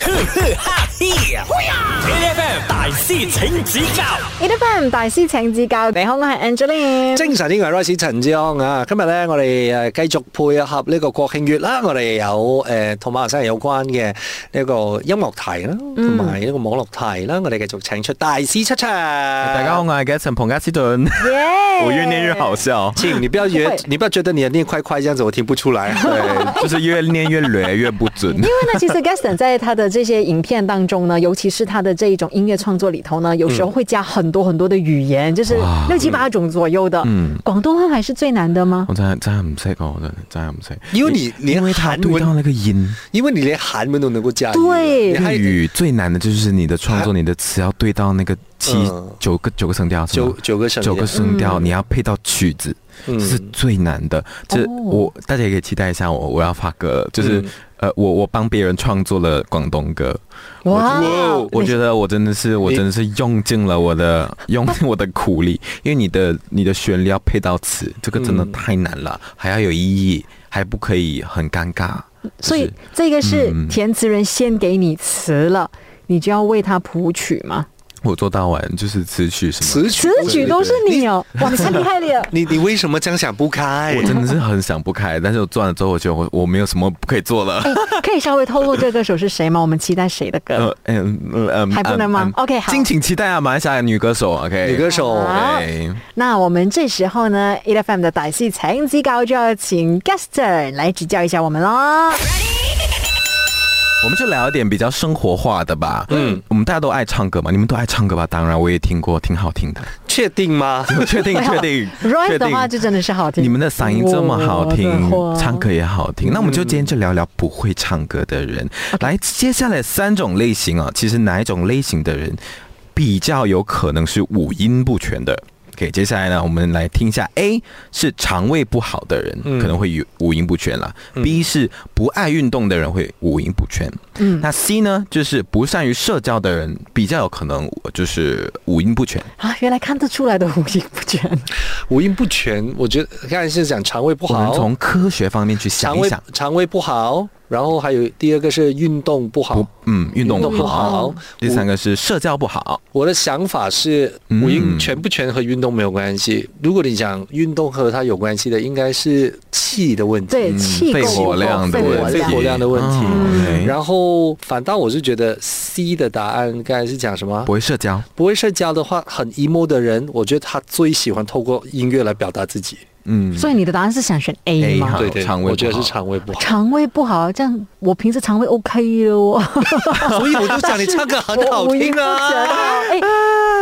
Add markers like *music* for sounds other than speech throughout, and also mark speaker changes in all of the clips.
Speaker 1: 哈嘿，A.F.M. 大師請指教
Speaker 2: ，E F M 大師請指教。你好，我係 Angeline。
Speaker 3: 精神呢個係 Rice 陳志康啊！今日咧，我哋誒繼續配合呢個國慶月啦，我哋有誒同馬來西亞有關嘅呢個音樂題啦，同
Speaker 2: 嗯
Speaker 3: 埋呢個網絡題啦，我哋繼呃續請出大師出場。大
Speaker 4: 大家好，我係 Gason 彭家希頓，
Speaker 2: 耶
Speaker 4: 我越念越好笑，
Speaker 3: 请你不要觉
Speaker 2: 不
Speaker 3: 得
Speaker 2: 会
Speaker 3: 你不要觉得你的念快快这样子，我听不出来。
Speaker 2: *laughs*
Speaker 4: 对，就是越念越略，越不准
Speaker 3: *laughs*
Speaker 2: 因。为呢，其实 Gaston 在他的这些影片当中呢，尤 *laughs* 其是他的这一种音乐创作里头呢，有时候会加很多很多的语言，就是六七八种左右的。嗯，广东话还是最难的吗？
Speaker 4: 我真係真係唔識哦，我真係真係唔識。
Speaker 3: 因為你連
Speaker 4: 因為他
Speaker 3: 韓
Speaker 4: 對
Speaker 3: 文
Speaker 4: 到那個音，
Speaker 3: 因为你连韩文都能够驾驭，啊
Speaker 2: 对
Speaker 3: 你
Speaker 4: 粵
Speaker 3: 还
Speaker 4: 語最難的就是你的创作，你的词要对到那个七
Speaker 3: 嗯
Speaker 4: 九个九個聲調，是
Speaker 3: 九
Speaker 4: 嗎
Speaker 3: 九个省
Speaker 4: 九个声调，你要配到曲子，
Speaker 3: 嗯哦
Speaker 4: 这是最难的。这我大家也可以期待一下，我我要发歌，就是
Speaker 3: 嗯
Speaker 4: 呃，我我帮别人创作了广东歌，
Speaker 2: 哇
Speaker 3: 我
Speaker 4: 我觉得我真的是我
Speaker 3: 你
Speaker 4: 真的是用尽了我的用尽我的苦力，因为你的你的旋律要配到词，这个
Speaker 2: 嗯
Speaker 4: 真的太难了，还要有意义，还不可以很尴尬。
Speaker 2: 所以
Speaker 4: 就是嗯
Speaker 2: 这个是填词人先给你词了，你就要为他谱曲嘛。
Speaker 4: 我做到完就是词曲什么。
Speaker 3: 词曲
Speaker 2: 词曲都是你哦，哇，你太厉害
Speaker 4: *laughs*
Speaker 2: 了！
Speaker 3: 你你为什么这样想不开
Speaker 4: 我？真的是很想不开，但是我做完了之后，我觉得我我没有什么不可以做
Speaker 2: *laughs*
Speaker 4: 了。
Speaker 2: 可以稍微透露这个歌手是谁吗？我们期待谁的歌？
Speaker 4: 呃嗯嗯嗯
Speaker 2: 还不能吗
Speaker 4: 嗯嗯
Speaker 2: OK，好
Speaker 4: 敬请期待啊，马来西亚女歌手，OK，
Speaker 3: 女歌手
Speaker 2: 好
Speaker 4: 对，
Speaker 2: 那我们这时候呢，E F M 的大戏成绩高，就要请 Gaston 来指教一下我们喽。
Speaker 4: 我们就聊一点比较生活化的吧。嗯，我们大家都爱唱歌嘛，你们都爱唱歌吧？当然，我也听过，挺好听的。
Speaker 3: 确定吗？
Speaker 4: *laughs* 确
Speaker 2: *laughs*
Speaker 4: 定，确定，
Speaker 2: Roy
Speaker 4: 确
Speaker 2: 的话
Speaker 4: 定。
Speaker 2: 就真的是好听，
Speaker 4: 你们的嗓音这么好听
Speaker 2: 我的，话嗯
Speaker 4: 唱歌也好听，那我们就今天就聊聊不会唱歌的人。来，接下来三种类型啊，其实哪一种类型的人比较有可能是五音不全的？OK，接下来呢，我们来听一下，A 是肠胃不好的人、可能会有五音不全啦、b 是不爱运动的人会五音不全，嗯，那 C 呢，就是不善于社交的人比较有可能就是五音不全。
Speaker 2: 啊，原来看得出来的五音不全。
Speaker 3: 五音不全，我觉得刚才是讲肠胃不
Speaker 4: 我们
Speaker 3: 好，
Speaker 4: 从科学方面去想
Speaker 3: 肠
Speaker 4: 一
Speaker 3: 胃
Speaker 4: 想。
Speaker 3: 肠胃不好，然后还有第二个是运动不好
Speaker 4: 不，，嗯，运动不好。
Speaker 3: 好
Speaker 4: 第三个是社交不好，
Speaker 3: 我的想法是，
Speaker 4: 嗯
Speaker 3: 五音全不全和运动没有关系。如果你讲运动和它有关系的，应该是气的问题，
Speaker 2: 对，气
Speaker 4: 肺
Speaker 2: 够不
Speaker 4: 活
Speaker 2: 够
Speaker 4: 量的
Speaker 2: 肺
Speaker 4: 问
Speaker 2: 活
Speaker 4: 题，
Speaker 3: 肺
Speaker 2: 量
Speaker 3: 活量的问题
Speaker 4: 嗯
Speaker 3: 然后反倒我是觉得 C 的答案刚才是讲什么
Speaker 4: 不？会社交，
Speaker 3: 不会社交的话，很 emo 的人，我觉得他最喜欢透过音乐来表达自己。 *laughs*
Speaker 4: 嗯，
Speaker 2: 所以你的答案是想选 A
Speaker 4: A
Speaker 2: 吗
Speaker 4: 哈？
Speaker 3: 对对，
Speaker 4: 啊肠胃不好
Speaker 3: 我觉得是肠胃
Speaker 4: *laughs*
Speaker 3: 不好。
Speaker 2: 肠胃不好，这样我平时肠胃 OK 的哦。
Speaker 3: 所以我就讲你唱歌很
Speaker 2: *laughs*
Speaker 3: 好听啊。
Speaker 2: 哎，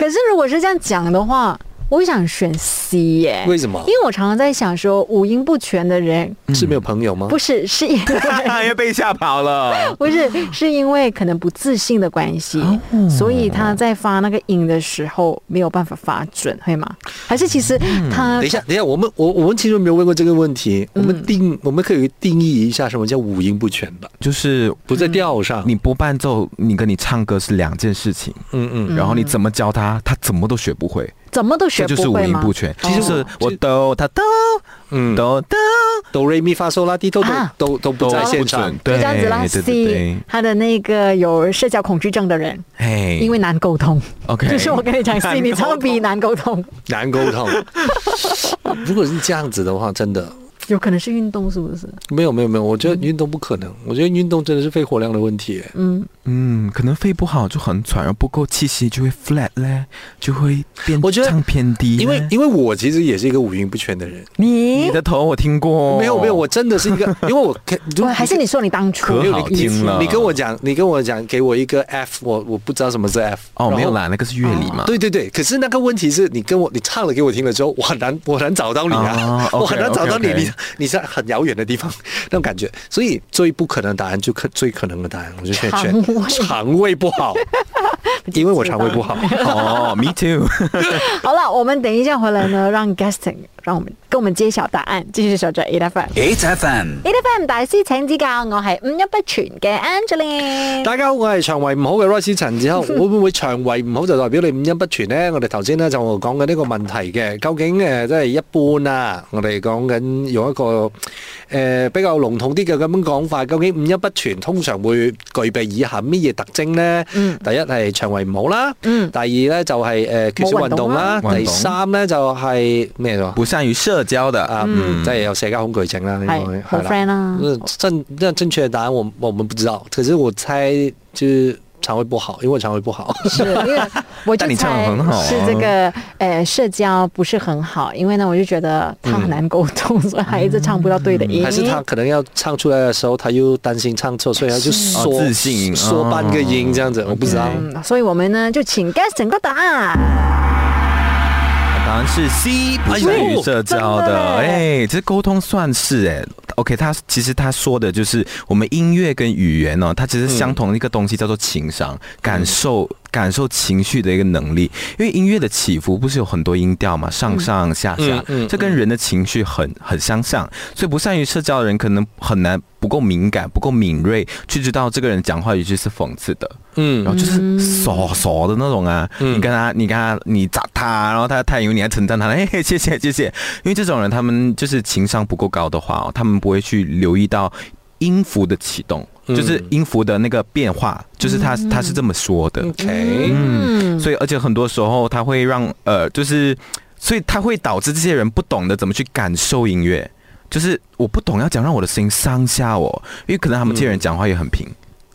Speaker 2: 可是如果是这样讲的话，我想选 C 耶。
Speaker 3: 为什么
Speaker 2: 因为我常常在想说，五音不全的人
Speaker 4: 嗯
Speaker 3: 是没有朋友
Speaker 4: 哦
Speaker 3: 吗
Speaker 2: 不？是是因为
Speaker 4: 又被吓跑了。
Speaker 2: 不是是因为可能不自信的关系，
Speaker 4: 哦
Speaker 2: 所以他在发那个音的时候没有办法发准，会吗？还是其实
Speaker 4: 嗯
Speaker 2: 他
Speaker 3: 等一下，等一下，我们我我们其实没有问过这个问题。我们定，我们可以定义一下什么叫五音不全吧？
Speaker 4: *laughs* 就是
Speaker 3: 不在调上。
Speaker 4: 你不伴奏，你跟你唱歌是两件事情，
Speaker 3: 嗯嗯，
Speaker 4: 然后你怎么教他，他怎么都学不会，
Speaker 2: 怎么都
Speaker 4: 这
Speaker 2: 学
Speaker 4: 就是
Speaker 2: 不
Speaker 4: 五
Speaker 2: 会
Speaker 4: 音
Speaker 2: 吗
Speaker 4: 不？全。
Speaker 2: 哦
Speaker 4: 其实我都他都
Speaker 3: 嗯
Speaker 4: 都都
Speaker 3: 哆瑞咪发嗦拉蒂哆哆
Speaker 2: 啊
Speaker 3: 都都不
Speaker 4: 都
Speaker 3: 在现
Speaker 4: 不
Speaker 3: 场
Speaker 4: 准，。
Speaker 2: 就
Speaker 4: 对，
Speaker 2: 这样子啦
Speaker 4: 对对
Speaker 2: ，C
Speaker 4: 对，
Speaker 2: 他的那个有社交恐惧症的人，
Speaker 4: 嘿，
Speaker 2: 嗯因为难沟通。
Speaker 4: OK，
Speaker 2: 就是我跟你
Speaker 4: *laughs*
Speaker 2: 讲，C 你超比难沟通，
Speaker 3: 难沟通。如果是这样子的话，真的
Speaker 2: 有可能是运动是不是？
Speaker 3: 没有没有没有，我觉得运动不可能。我觉得运动真的是肺活量的问题。
Speaker 2: 嗯，
Speaker 4: 嗯，可能肺不好就很喘，然后不够气息就会 flat 嘞，就会变，
Speaker 3: 我觉得
Speaker 4: 唱偏低嘞，
Speaker 3: 因为因为我其实也是一个五音不全的人，
Speaker 2: 你
Speaker 4: 你的头我听过，
Speaker 3: 没有没有，我真的是一个，因为我看
Speaker 2: 我还是你说你当初
Speaker 4: 可
Speaker 3: 没有
Speaker 4: 好
Speaker 3: 你
Speaker 4: 听了
Speaker 3: 你跟我讲，你跟我讲，给我一个 F，我我不知道什么是 F。
Speaker 4: 哦，没有
Speaker 3: 啦。
Speaker 4: 啦，那个是乐理嘛，
Speaker 3: 对对对，可是那个问题是你跟我，你唱了给我听了之后，我很难，我 *laughs* 很难找到你啊 *laughs*
Speaker 4: 啊，，OK，
Speaker 3: 我很难找到你，
Speaker 4: OK，OK
Speaker 3: 你你在很遥远的地方那种感觉，所以最不可能的答案就可最可能的答案，我就选
Speaker 2: 肠
Speaker 3: 选
Speaker 2: 胃
Speaker 3: 肠胃不
Speaker 4: *laughs*
Speaker 3: 好，因为我肠胃不好。 *laughs*
Speaker 4: 哦，me too，
Speaker 2: 好了，我们等一下回来呢，让 Gaston 让我们跟我们揭晓答案。继续守着 A F M。
Speaker 1: ，H F M，
Speaker 2: A F M 大師請指教，我係五一不全嘅 Angeline。
Speaker 3: 大家好，我係腸胃唔好嘅 Royce 陳志豪。會唔會腸胃唔好就代表你五音不全呢？我哋頭先咧就講緊呢個問題嘅，究竟誒即係一般啊？我哋講緊用一個誒、呃比較籠統啲嘅咁樣講法，究竟五音不全通常會具備以下乜嘢特徵呢？
Speaker 4: 嗯
Speaker 3: 第一係腸胃唔好啦，第二咧就係、呃缺少
Speaker 2: 冇運
Speaker 3: 運動啦，
Speaker 4: 動啦
Speaker 3: 第三咧就係、咩咗？
Speaker 4: 不善于社交的
Speaker 3: 啊，即係有社交恐懼症啦，
Speaker 4: 嗯
Speaker 3: 應該
Speaker 2: 係冇
Speaker 3: 係啦
Speaker 2: friend 啊啦。
Speaker 3: 那正那正确的答案我我们不知道，可是我猜就是肠胃不好，因为我肠胃不好。
Speaker 2: 是因为我就
Speaker 4: 但你唱得
Speaker 2: 猜
Speaker 4: 很好啊
Speaker 2: 是这个呃社交不是很好，因为呢我就觉得他很难沟通，所以他一直唱不到对的
Speaker 4: 嗯
Speaker 2: 音。
Speaker 3: 还是他可能要唱出来的时候，他又担心唱错，所以他就缩、
Speaker 4: 哦自信
Speaker 3: 缩半个音这样子，我不知道。
Speaker 2: 嗯，所以我们呢就请 guess 整个答案。
Speaker 4: 答案是 C，不
Speaker 3: 哎
Speaker 4: 善于社交
Speaker 2: 真
Speaker 4: 的。
Speaker 2: 的
Speaker 4: 哎、这沟通算是哎、OK，他其实他说的就是我们音乐跟语言哦，它其实相同的一个东西叫做情商，
Speaker 3: 嗯
Speaker 4: 感受感受情绪的一个能力。因为音乐的起伏不是有很多音调嘛，上上下下，
Speaker 3: 嗯嗯
Speaker 4: 这跟人的情绪很很相像，所以不善于社交的人可能很难不够敏感、不够敏锐去知道这个人讲话语句是讽刺的。
Speaker 3: 嗯
Speaker 4: 然后就是傻傻的那种啊，你跟他，你跟他，你砸他，然后他太油，你还称赞他， *laughs* 哎，谢谢谢谢。因为这种人，他们就是情商不够高的话哦，他们不会去留意到音符的启动，就是音符的那个变化，就是他他是这么说的，
Speaker 3: ，OK，
Speaker 4: 嗯，所以而且很多时候他会让呃，就是所以他会导致这些人不懂得怎么去感受音乐，就是我不懂要讲让我的声音上下哦，因为可能他们这些人讲话也很平，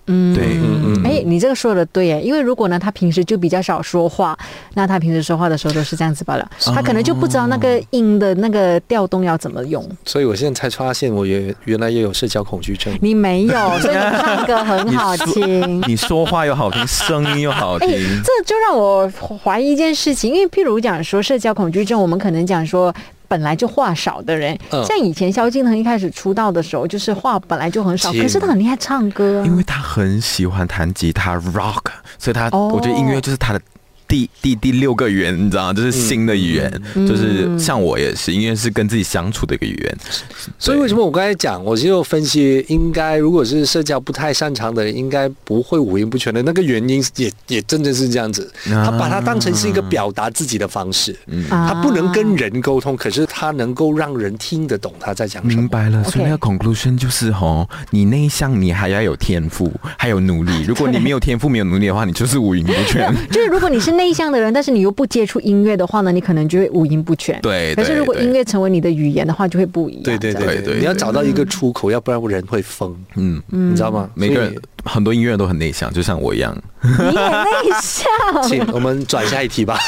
Speaker 2: 嗯，
Speaker 4: 对，嗯嗯。
Speaker 2: 哎，你这个说的对耶，因为如果呢，他平时就比较少说话，那他平时说话的时候都是这样子罢了，他可能就不知道那个音的那个调动要怎么用。
Speaker 3: 所以我现在才发现，我也原来也有社交恐惧症。
Speaker 2: 你没有，所以你唱歌很好听。
Speaker 4: 你说嗯话又好听，声音又好
Speaker 2: 哎
Speaker 4: 听，，
Speaker 2: 这就让我怀疑一件事情，因为譬如讲说社交恐惧症，我们可能讲说。本来就话少的人，
Speaker 3: 嗯
Speaker 2: 像以前萧敬腾一开始出道的时候，就是话本来就很少，
Speaker 3: 是
Speaker 2: 可是他很厉害唱歌
Speaker 3: 哎
Speaker 2: 啊、
Speaker 4: 因为他很喜欢弹吉他 rock，所以他、
Speaker 2: 哦
Speaker 4: 我觉得音乐就是他的第第第六个语言，你知道吗？就是新的语言，
Speaker 3: 嗯
Speaker 4: 就是像我也是，音乐是跟自己相处的一个语言。
Speaker 3: 所以为什么我刚才讲，我就分析，应该如果是社交不太擅长的人，应该不会五音不全的那个原因也，也真的是这样子。他把它当成是一
Speaker 4: 啊
Speaker 3: 个表达自己的方式，
Speaker 4: 嗯
Speaker 2: 啊
Speaker 3: 他不能跟人沟通，可是他能够让人听得懂他在讲什
Speaker 4: 明
Speaker 3: 么。
Speaker 4: 白了，所以
Speaker 2: OK
Speaker 4: 那个 conclusion 就是吼，你内向，你还要有天赋，还有努
Speaker 3: *laughs*
Speaker 4: 力。如果你没有天赋、没有努力的话，你就是五音不全。
Speaker 2: *laughs* 就是如果你是内向的人，但是你又不接触音乐的话呢，你可能就会五音不全。
Speaker 4: 对
Speaker 2: 可是
Speaker 4: 对
Speaker 2: 如果
Speaker 4: 对
Speaker 2: 音乐成为你的语言的话，就会不一样。
Speaker 3: 对对
Speaker 2: 这样
Speaker 3: 对
Speaker 4: 对
Speaker 3: 对，
Speaker 4: 对
Speaker 3: 你要找到一个出口，要不然人会疯，
Speaker 4: 嗯，
Speaker 3: 你知道吗？
Speaker 4: 每个人很多音乐人都很内向，就像我一样。
Speaker 2: 你也内向，
Speaker 3: 所以。请我们转下一题 *laughs* 吧。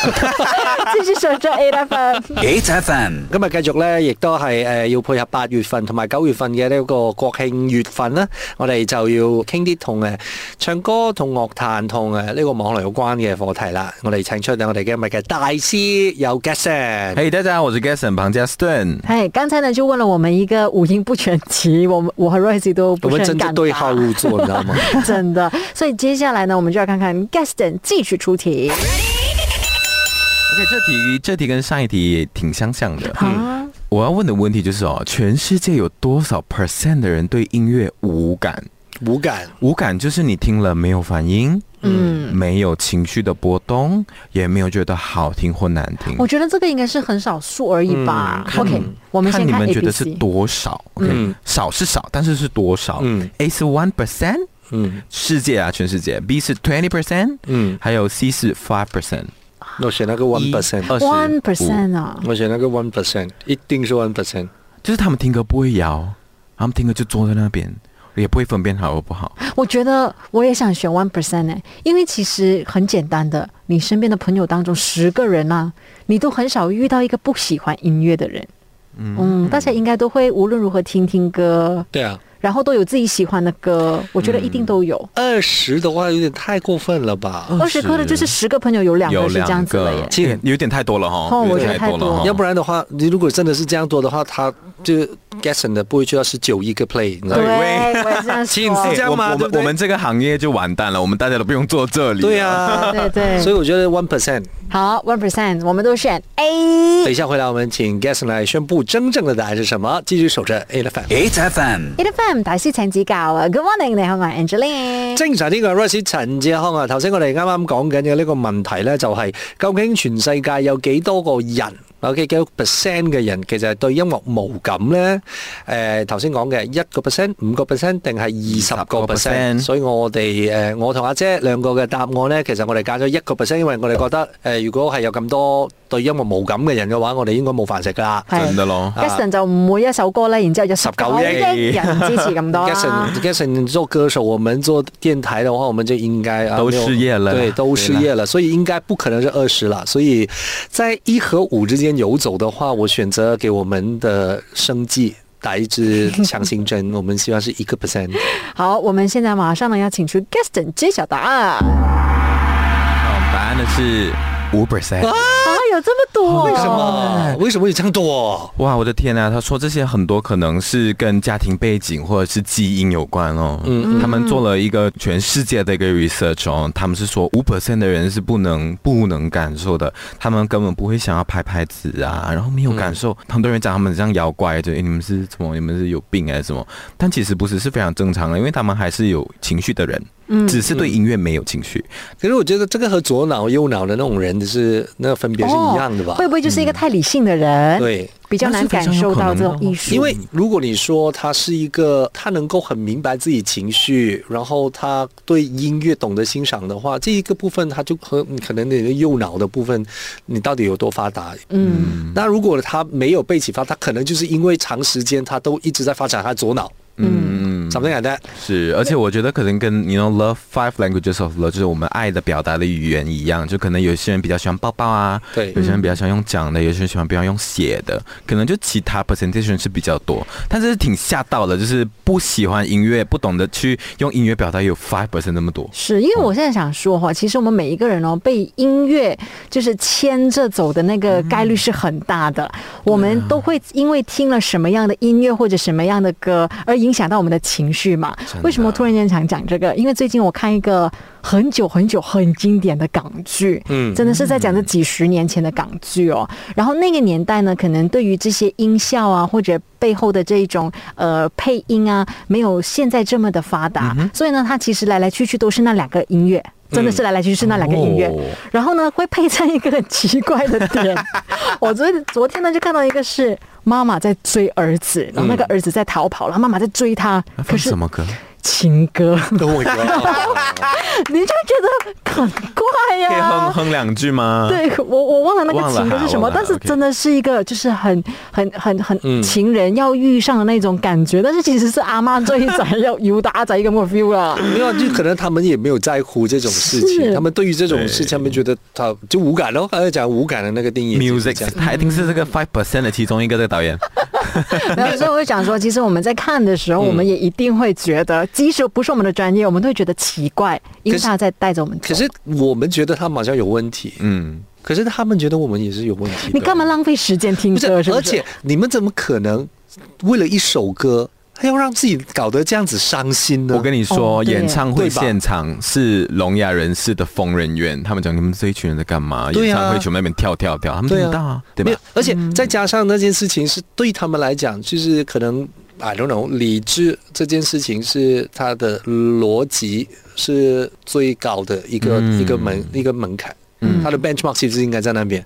Speaker 2: 继续守
Speaker 4: *laughs*
Speaker 2: 着 A F M。
Speaker 1: ，H F M，
Speaker 3: 今日繼續啊咧，亦都係誒要配合八月份同埋九月份嘅呢個國慶月份啦，我哋就要傾啲同誒唱歌、同樂壇、同誒呢個網絡有關嘅課題啦。我哋請出我哋今日嘅大師有 g u e s *laughs* s
Speaker 4: 嘿、大家好，我是 Gason 庞加斯顿。
Speaker 2: 哎，刚才呢就问了我们一个五音不全题，我们我和 Royce 都
Speaker 3: 我
Speaker 2: 不
Speaker 3: 們
Speaker 2: 是很
Speaker 3: 真的
Speaker 2: 敢
Speaker 3: 對
Speaker 2: 答
Speaker 3: 號入座，啊你知道嗎？
Speaker 2: 真的。所以接下来呢，我们就要看看 Gaston 继续出题。
Speaker 4: OK，这题这题跟上一题也挺相像的。嗯
Speaker 2: 啊，
Speaker 4: 我要问的问题就是哦，全世界有多少 percent 的人对音乐无感？
Speaker 3: 無感，
Speaker 4: 无感就是你听了没有反应，
Speaker 2: 嗯，
Speaker 4: 没有情绪的波动，也没有觉得好听或难听。
Speaker 2: 我觉得这个应该是很少数而已吧。
Speaker 4: 嗯看
Speaker 2: OK，我们先
Speaker 4: 你
Speaker 2: 看
Speaker 4: 们
Speaker 2: A
Speaker 4: 觉
Speaker 2: B
Speaker 4: 得是
Speaker 2: C。
Speaker 4: 多少？OK，、
Speaker 3: 嗯
Speaker 4: 少是少，但是是多少？
Speaker 3: 嗯
Speaker 4: a 是 one percent，
Speaker 3: 嗯
Speaker 4: 世界啊，全世界。B 是 twenty percent，
Speaker 3: 嗯，
Speaker 4: 还有 C 是 five percent，
Speaker 3: 我選那個 one *laughs* percent，
Speaker 2: One percent 啊，
Speaker 3: 我選那個 one percent，一定是 one percent。
Speaker 4: 就是他们听歌不会摇，他们听歌就坐在那边，也不会分辨好或不好。
Speaker 2: 我觉得我也想选 one percent 呢，因为其实很简单的，你身边的朋友当中十个人啊，你都很少遇到一个不喜欢音乐的人。嗯，大家应该都会无论如何听听歌，
Speaker 3: 對啊，
Speaker 2: 然后都有自己喜欢的歌，我觉得一定
Speaker 3: 嗯
Speaker 2: 都有。
Speaker 3: 二十的話有點太過分了吧？
Speaker 2: 二十颗的就是十个朋友有两
Speaker 4: 有
Speaker 2: 个是这样
Speaker 4: 两
Speaker 2: 子的
Speaker 4: 个
Speaker 2: 耶，。
Speaker 4: 有点太多了哈，
Speaker 2: 哦
Speaker 4: 有
Speaker 2: 我
Speaker 4: 点
Speaker 2: 觉得太
Speaker 4: 多了
Speaker 2: 多
Speaker 4: 哈
Speaker 2: 哦
Speaker 3: 要不然的话，你如果真的是这样做的话，他就是 Gaston 的不会去到十九亿个 play，你知道
Speaker 2: 对，
Speaker 3: 吗？
Speaker 2: 我也这样
Speaker 3: 亲自
Speaker 2: 说
Speaker 3: 这。样吗
Speaker 4: 哎我我们
Speaker 3: 对不对
Speaker 4: 我们这个行业就完蛋了，我们大家都不用坐这里。
Speaker 3: 对，啊，
Speaker 2: 对对，
Speaker 3: 所以我觉得 one percent。
Speaker 2: 好，one percent，我们都选 A。
Speaker 3: 等一下回来，我们请 Gaston 来宣布真正的答案是什么。继续守着 A 的反。
Speaker 1: 8FM
Speaker 2: e FM 大師請指教啊！Good morning，你好，我係 Angeline。
Speaker 3: 精神呢個 Rice 陳志康啊，頭先我哋啱啱講緊嘅呢個問題咧，就係究竟全世界有幾多個人？OK，幾多 percent 嘅人其實係對音樂無感咧？誒頭先講嘅一個 percent、五個 percent 定係二十個 percent？
Speaker 4: 20%
Speaker 3: 所以我哋誒、呃我同阿姐兩個嘅答案咧，其實我哋揀咗一個 percent，因為我哋覺得誒、呃如果係有咁多對音樂無感嘅人嘅話，我哋應該冇飯食㗎啦。
Speaker 2: 係
Speaker 4: 真的咯。
Speaker 2: Gaston 就每一首歌咧，然之後有十九
Speaker 3: 19
Speaker 2: 億人支持咁多
Speaker 3: Gasson
Speaker 2: 啦。
Speaker 3: Gasson 做歌手，我们做电台的话，我们就应该啊
Speaker 4: 都
Speaker 3: 没有
Speaker 4: 失业了
Speaker 3: 对，
Speaker 4: 对
Speaker 3: 都失
Speaker 4: 啦
Speaker 3: 业了，所以应该不可能是二十了。所以在一和五之间游走的话，我选择给我们的生计打一支强心针，我们希望是一个 percent。
Speaker 2: 好，我們現在馬上呢要請出 Gaston 揭曉答案。啊，
Speaker 4: 好答案呢是五
Speaker 2: 啊
Speaker 4: percent。
Speaker 2: 有哎這麼多？
Speaker 3: 为什？么？为什么有这样多？
Speaker 4: 哇，我的天啊！他说这些很多可能是跟家庭背景或者是基因有关哦。嗯，他们做了一个全世界的一个 research 哦，他们是说五 percent 的人是不能不能感受的，他们根本不会想要拍拍子啊，然后没有感受。很多人讲他们很像妖怪，就诶你们是怎么？你们是有病还是什么？但其实不是，是非常正常的，因为他们还是有情绪的人，嗯，只是对音乐没有情绪。
Speaker 3: 可是我觉得这个和左脑右脑的那种人是那个分别是一样
Speaker 2: 哦
Speaker 3: 的吧？嗯
Speaker 2: 会不会就是一個太理性的人，
Speaker 3: 对。
Speaker 2: 比較難感受到這種藝術？
Speaker 3: 因为如果你说他是一个他能够很明白自己情绪，然后他对音乐懂得欣赏的话，这一个部分他就和可能你的右脑的部分，你到底有多发达？
Speaker 2: 嗯，
Speaker 3: 那如果他没有被启发，他可能就是因为长时间他都一直在发展他左脑，
Speaker 4: 嗯嗯。
Speaker 3: 怎么讲呢？
Speaker 4: 是，而且我觉得可能跟 you know love five languages of love 就是我们爱的表达的语言一样，就可能有些人比较喜欢抱抱啊，
Speaker 3: 对
Speaker 4: 有些人比较喜欢用讲的，有些人喜欢比较用写的，可能就其他 presentation 是比较多，但是挺吓到的，就是不喜欢音乐，不懂得去用音乐表达有 five percent 那么多。
Speaker 2: 是因为我现在想说哈，其实我们每一个人哦，被音乐就是牵着走的那个概率是很大的。
Speaker 4: 嗯
Speaker 2: 我们都会因为听了什么样的音乐或者什么样的歌，而影响到我们的情绪嘛
Speaker 4: 真。的
Speaker 2: 为什么突然间想讲这个？因为最近我看一个很久很久很经典的港剧，
Speaker 3: 嗯
Speaker 2: 真的是在讲这几十年前的港剧哦。然后那个年代呢，可能对于这些音效啊，或者背后的这一种呃配音啊，没有现在这么的发达，
Speaker 4: 嗯
Speaker 2: 所以呢，它其实来来去去都是那两个音乐。真的是来来去去是那两个音乐，
Speaker 4: 哦
Speaker 2: 然后呢会配上一个很奇怪
Speaker 4: *laughs*
Speaker 2: 的点。我昨昨天呢就看到一个是妈妈在追儿子，然后那个儿子在逃跑，然后妈妈在追他，
Speaker 4: 嗯那
Speaker 2: 可
Speaker 4: 放
Speaker 2: 是
Speaker 4: 什么歌？
Speaker 2: 情歌，
Speaker 3: 跟 *laughs* 我一样，
Speaker 2: 你就觉得很怪呀、
Speaker 4: 可以哼哼两句吗？，
Speaker 2: 对我我忘了那个
Speaker 4: 忘了
Speaker 2: 情歌是
Speaker 4: 哈
Speaker 2: 什么
Speaker 4: 忘，了
Speaker 2: 但是
Speaker 4: OK
Speaker 2: 真的是一个就是很很很很
Speaker 3: 嗯
Speaker 2: 情人要遇上的那种感觉，但是其实是阿妈追仔要要打仔咁嘅 feel
Speaker 4: *laughs*
Speaker 2: 啦。
Speaker 3: 没有，就可能他们也没有在乎这种事情，
Speaker 2: 是
Speaker 3: 他们对于这种事
Speaker 4: 对
Speaker 3: 情，他们觉得他就无感咯。刚才讲无感的那个定义就是
Speaker 4: Music，
Speaker 3: 这样
Speaker 4: 他一定是这个 five percent 的其中一个这个导演，
Speaker 2: 然后所以我就讲说，其实我们在看的时候，
Speaker 4: 嗯
Speaker 2: 我们也一定会觉得，即使不是我们的专业，我们都会觉得奇怪，因为
Speaker 3: 可是
Speaker 2: 他在带着我们走
Speaker 3: 可。是我们觉得他们好像有问题，
Speaker 4: 嗯，
Speaker 3: 可是他们觉得我们也是有问题的。
Speaker 2: 你干嘛浪费时间听
Speaker 3: 不是
Speaker 2: 歌？，是不
Speaker 3: 而
Speaker 2: 是
Speaker 3: 且你们怎么可能为了一首歌，还要让自己搞得这样子伤心呢？
Speaker 4: 我跟你说，
Speaker 2: 哦对耶
Speaker 4: 演唱会
Speaker 3: 对吧
Speaker 4: 现场是聋哑人士的疯人院，他们讲你们这一群人在干嘛？
Speaker 3: 对啊
Speaker 4: 演唱会全部在那边跳跳跳，他们听
Speaker 3: 对
Speaker 4: 不
Speaker 3: 啊
Speaker 4: 到啊，对
Speaker 3: 没
Speaker 4: 吧
Speaker 3: 有？，而且再加上那件事情是对他们来讲，就是可能 I don't know，理智这件事情是他的逻辑是最高的一个、
Speaker 4: 嗯
Speaker 3: 一个门一个门槛，他的 benchmark 其实应该在那边，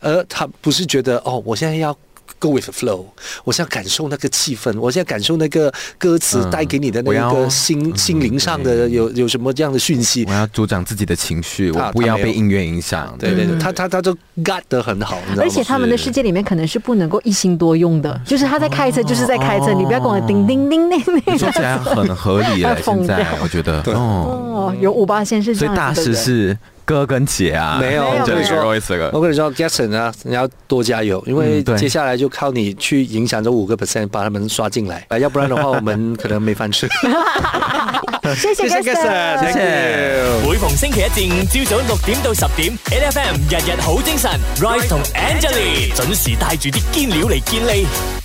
Speaker 3: 而他不是觉得哦，我现在要。Go with the flow，我现在感受那个气氛，我现在感受那个歌词
Speaker 4: 嗯
Speaker 3: 带给你的那
Speaker 4: 我要嗯
Speaker 3: 个心、心灵上的有有什么这样的讯息
Speaker 4: 我，要助长自己的情绪，
Speaker 3: 他
Speaker 4: 我不要
Speaker 3: 他没
Speaker 4: 被
Speaker 3: 有
Speaker 4: 音乐影响。嗯
Speaker 3: 对
Speaker 2: *laughs*
Speaker 3: 对对，他他他就 got 得很好，你知道
Speaker 2: 而
Speaker 3: 吗？
Speaker 2: 且他们的世界里面可能是不能够一心多用的，就是他在开车就是在开车，
Speaker 4: 哦
Speaker 2: 你不要跟我叮叮叮叮
Speaker 4: 你
Speaker 2: 叮。
Speaker 4: 说起来很合理了，
Speaker 2: 他 *laughs* 疯
Speaker 4: 现在
Speaker 2: 掉
Speaker 4: 我觉得哦，
Speaker 2: 哦，有五八先是这
Speaker 4: 所以
Speaker 2: 样子的
Speaker 4: 大
Speaker 2: 人。
Speaker 4: 师是哥跟姐啊，
Speaker 3: 没有没有
Speaker 4: 这里
Speaker 3: 没有
Speaker 4: Royce 哥，
Speaker 3: 我跟你说，Gaston 啊，你要多加油，因为
Speaker 4: 嗯对
Speaker 3: 接下来就靠你去影响这五个 percent，把他们刷进来，啊要不然的话，我们可能没饭吃。
Speaker 2: *laughs* 谢谢 Gaston。
Speaker 4: 谢
Speaker 3: Gaston，thank
Speaker 4: 谢
Speaker 3: you。
Speaker 1: 每逢星期一至五朝早六點到十點，8FM 日日好精神，Rise 同 Angelie 準時帶住啲堅料嚟健利。